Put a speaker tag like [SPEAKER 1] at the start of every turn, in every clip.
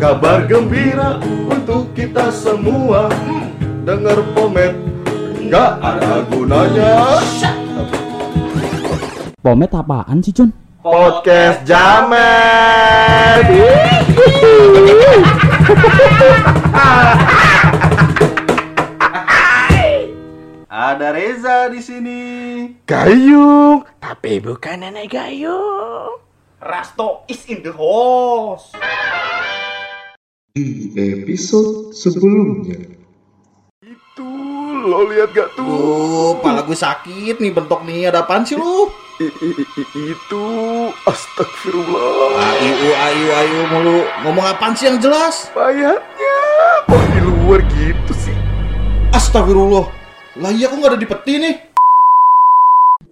[SPEAKER 1] Kabar gembira untuk kita semua Dengar pomet nggak ada gunanya
[SPEAKER 2] Pomet apaan sih, Jon?
[SPEAKER 1] Podcast Jamet
[SPEAKER 3] Ada Reza di sini.
[SPEAKER 1] Gayung
[SPEAKER 3] Rasto is in the house.
[SPEAKER 4] di episode sebelumnya.
[SPEAKER 1] Itu lo lihat gak tuh
[SPEAKER 3] Tuh, pala gue sakit nih bentok nih. Ada apaan sih lu?
[SPEAKER 1] I- i- i- i- Itu astagfirullah
[SPEAKER 3] Ayu, ayu, ayu mulu. Ngomong apaan sih yang jelas?
[SPEAKER 1] Bayatnya kok di luar gitu sih
[SPEAKER 3] Astagfirullah. Lah iya kok nggak ada di peti nih?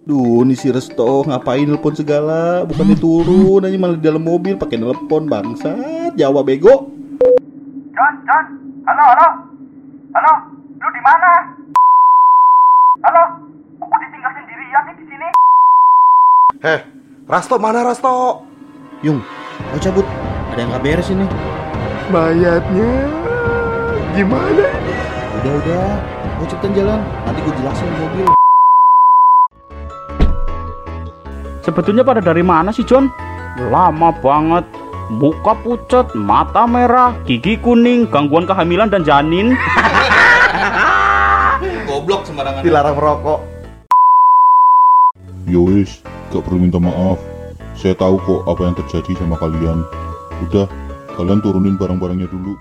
[SPEAKER 3] Duh, ini si Resto ngapain nelpon segala? Bukannya turun, aja malah di dalam mobil pakai nelpon bangsat. Jawa bego.
[SPEAKER 5] John, John, halo, halo, halo, lu di mana? Halo, aku ditinggal sendirian nih di sini.
[SPEAKER 1] Heh Rasto mana Rasto
[SPEAKER 3] Yung, lo cabut. Ada yang nggak beres ini.
[SPEAKER 1] Bayatnya gimana ini
[SPEAKER 3] Udah, udah. Lo cepetan jalan. Nanti gue jelasin di mobil.
[SPEAKER 2] Sebetulnya pada dari mana sih, Jon? Lama banget. Muka pucat, mata merah, gigi kuning, gangguan kehamilan dan janin.
[SPEAKER 3] Goblok sembarangan.
[SPEAKER 1] Dilarang merokok
[SPEAKER 6] Yowis, Ya gak perlu minta maaf. Saya tahu kok apa yang terjadi sama kalian. Udah, kalian turunin barang-barangnya dulu.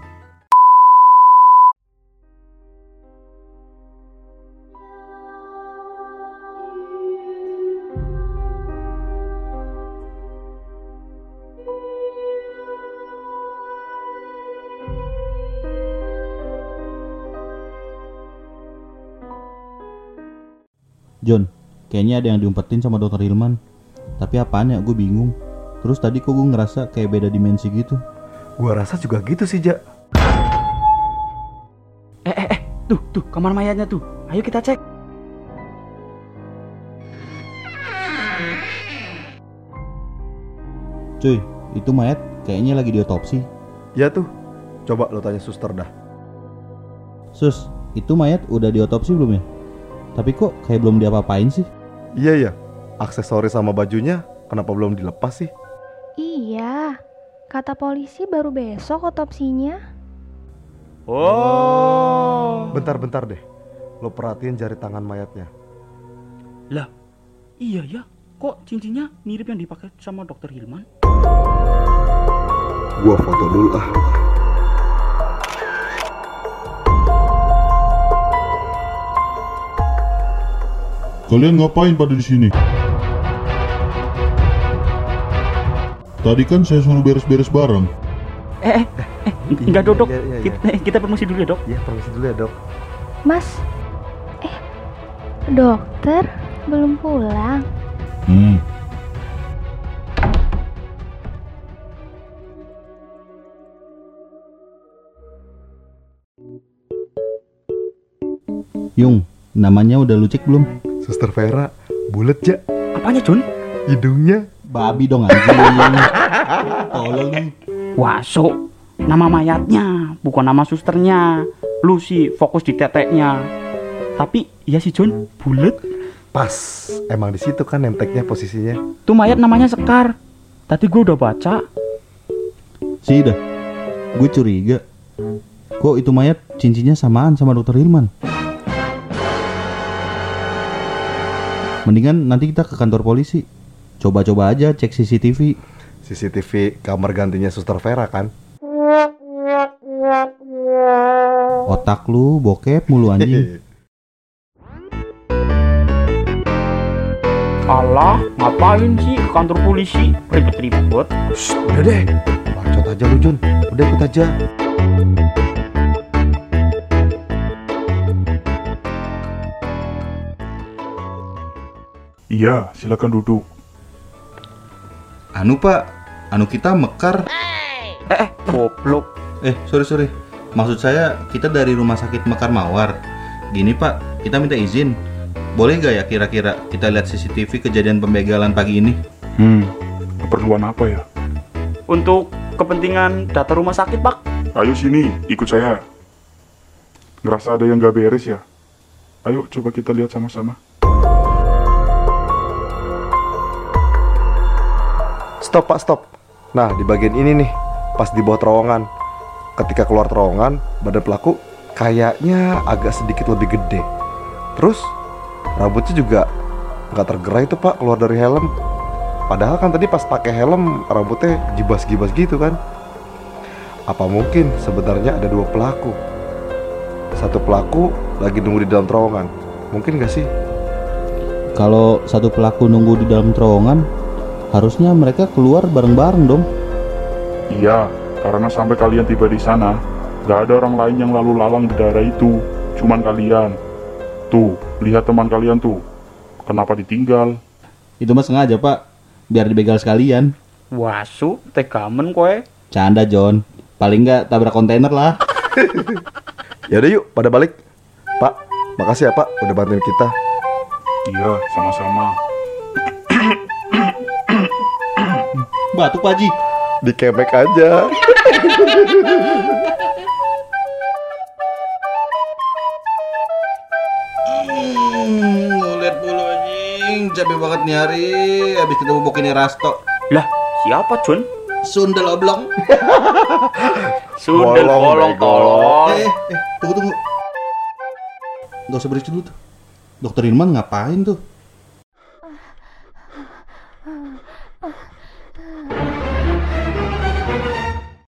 [SPEAKER 7] John, kayaknya ada yang diumpetin sama dokter Hilman. Tapi apaan ya, gue bingung. Terus tadi kok gue ngerasa kayak beda dimensi gitu.
[SPEAKER 1] Gua rasa juga gitu sih Ja
[SPEAKER 2] Eh, eh, eh. Tuh, tuh, kamar mayatnya tuh. Ayo kita cek.
[SPEAKER 7] Cuy, itu mayat kayaknya lagi diotopsi.
[SPEAKER 1] Ya tuh Coba lo tanya suster dah
[SPEAKER 7] Sus, itu mayat udah diotopsi belum ya? Tapi kok kayak belum diapa-apain sih?
[SPEAKER 1] Iya ya, aksesoris sama bajunya kenapa belum dilepas sih?
[SPEAKER 8] Iya, kata polisi baru besok otopsinya.
[SPEAKER 2] Oh.
[SPEAKER 1] Bentar-bentar deh, lo perhatiin jari tangan mayatnya.
[SPEAKER 2] Iya ya. Kok cincinnya mirip yang dipakai sama dokter Hilman?
[SPEAKER 4] Gua foto dulu ah.
[SPEAKER 6] Kalian ngapain pada di sini? Tadi kan saya suruh beres-beres barang.
[SPEAKER 2] Enggak, Dok.
[SPEAKER 1] Iya, iya, iya.
[SPEAKER 2] Kita, kita permisi dulu ya, Dok.
[SPEAKER 1] Ya permisi dulu ya dok.
[SPEAKER 8] Mas, eh, dokter belum pulang.
[SPEAKER 6] Hmm,
[SPEAKER 7] Yung, namanya udah lu cek belum?
[SPEAKER 1] Suster Vera, bulet ja,
[SPEAKER 2] Apanya, Jon?
[SPEAKER 1] hidungnya.
[SPEAKER 7] Babi dong anjing. Tolol lu.
[SPEAKER 2] Wah, Sok. Nama mayatnya, bukan nama susternya. Lu sih fokus di teteknya. Tapi iya sih, Jon. Bulet.
[SPEAKER 1] Pas, emang di situ kan nemteknya posisinya.
[SPEAKER 2] Tuh mayat namanya Sekar. Tadi gue udah baca.
[SPEAKER 7] Sih dah. Gue curiga. Kok itu mayat cincinnya samaan sama dokter Hilman? Mendingan nanti kita ke kantor polisi. Coba-coba aja cek CCTV.
[SPEAKER 1] CCTV kamar gantinya Suster Vera kan.
[SPEAKER 7] Otak lu bokep mulu anjing.
[SPEAKER 2] Allah, ngapain sih ke kantor polisi? Ribet-ribet.
[SPEAKER 1] Udah deh, bacot aja lu Jun. Udah ikut aja.
[SPEAKER 6] iya, silakan duduk.
[SPEAKER 7] Anu pak, anu kita mekar.
[SPEAKER 2] eh, Goblok.
[SPEAKER 7] Eh sorry sorry. Maksud saya kita dari rumah sakit Mekar Mawar. Gini pak, kita minta izin. Boleh gak ya kira-kira kita lihat CCTV kejadian pembegalan pagi ini?
[SPEAKER 6] Hmm, keperluan apa ya?
[SPEAKER 2] Untuk kepentingan data rumah sakit, Pak.
[SPEAKER 9] Ayo sini, ikut saya. Ngerasa ada yang gak beres ya? Ayo coba kita lihat sama-sama.
[SPEAKER 1] Stop pak, stop. Nah di bagian ini nih, pas di bawah terowongan. Ketika keluar terowongan, badan pelaku kayaknya agak sedikit lebih gede. Terus rambutnya juga nggak tergerai tuh pak keluar dari helm. Padahal kan tadi pas pakai helm rambutnya gibas-gibas gitu kan. Apa mungkin sebenarnya ada dua pelaku? Satu pelaku lagi nunggu di dalam terowongan. Mungkin nggak sih?
[SPEAKER 7] Kalau satu pelaku nunggu di dalam terowongan, harusnya mereka keluar bareng-bareng dong.
[SPEAKER 9] Iya, karena sampai kalian tiba di sana, gak ada orang lain yang lalu lalang di daerah itu. Cuman kalian. Tuh, lihat teman kalian tuh. Kenapa ditinggal?
[SPEAKER 7] Itu mah sengaja, Pak. Biar dibegal sekalian.
[SPEAKER 2] Wasu, tegamen kowe.
[SPEAKER 7] Canda, John. Paling nggak tabrak kontainer lah.
[SPEAKER 1] Yaudah yuk, pada balik. Pak, makasih ya pak udah bantuin kita.
[SPEAKER 9] Iya, sama-sama.
[SPEAKER 7] Batuk, Pak Ji.
[SPEAKER 1] Dikemek aja.
[SPEAKER 7] lihat mulu Hmm, anjing. Capek banget nyari. Habis kita bobokin Rasto.
[SPEAKER 2] Lah, siapa, Jon?
[SPEAKER 7] Sundel oblong.
[SPEAKER 2] Sundel
[SPEAKER 1] Bolong,
[SPEAKER 2] bolong
[SPEAKER 1] bego.
[SPEAKER 2] tolong.
[SPEAKER 7] Eh, eh, eh, tunggu tunggu. Gak usah berisik dulu tuh. Dokter Irman ngapain tuh?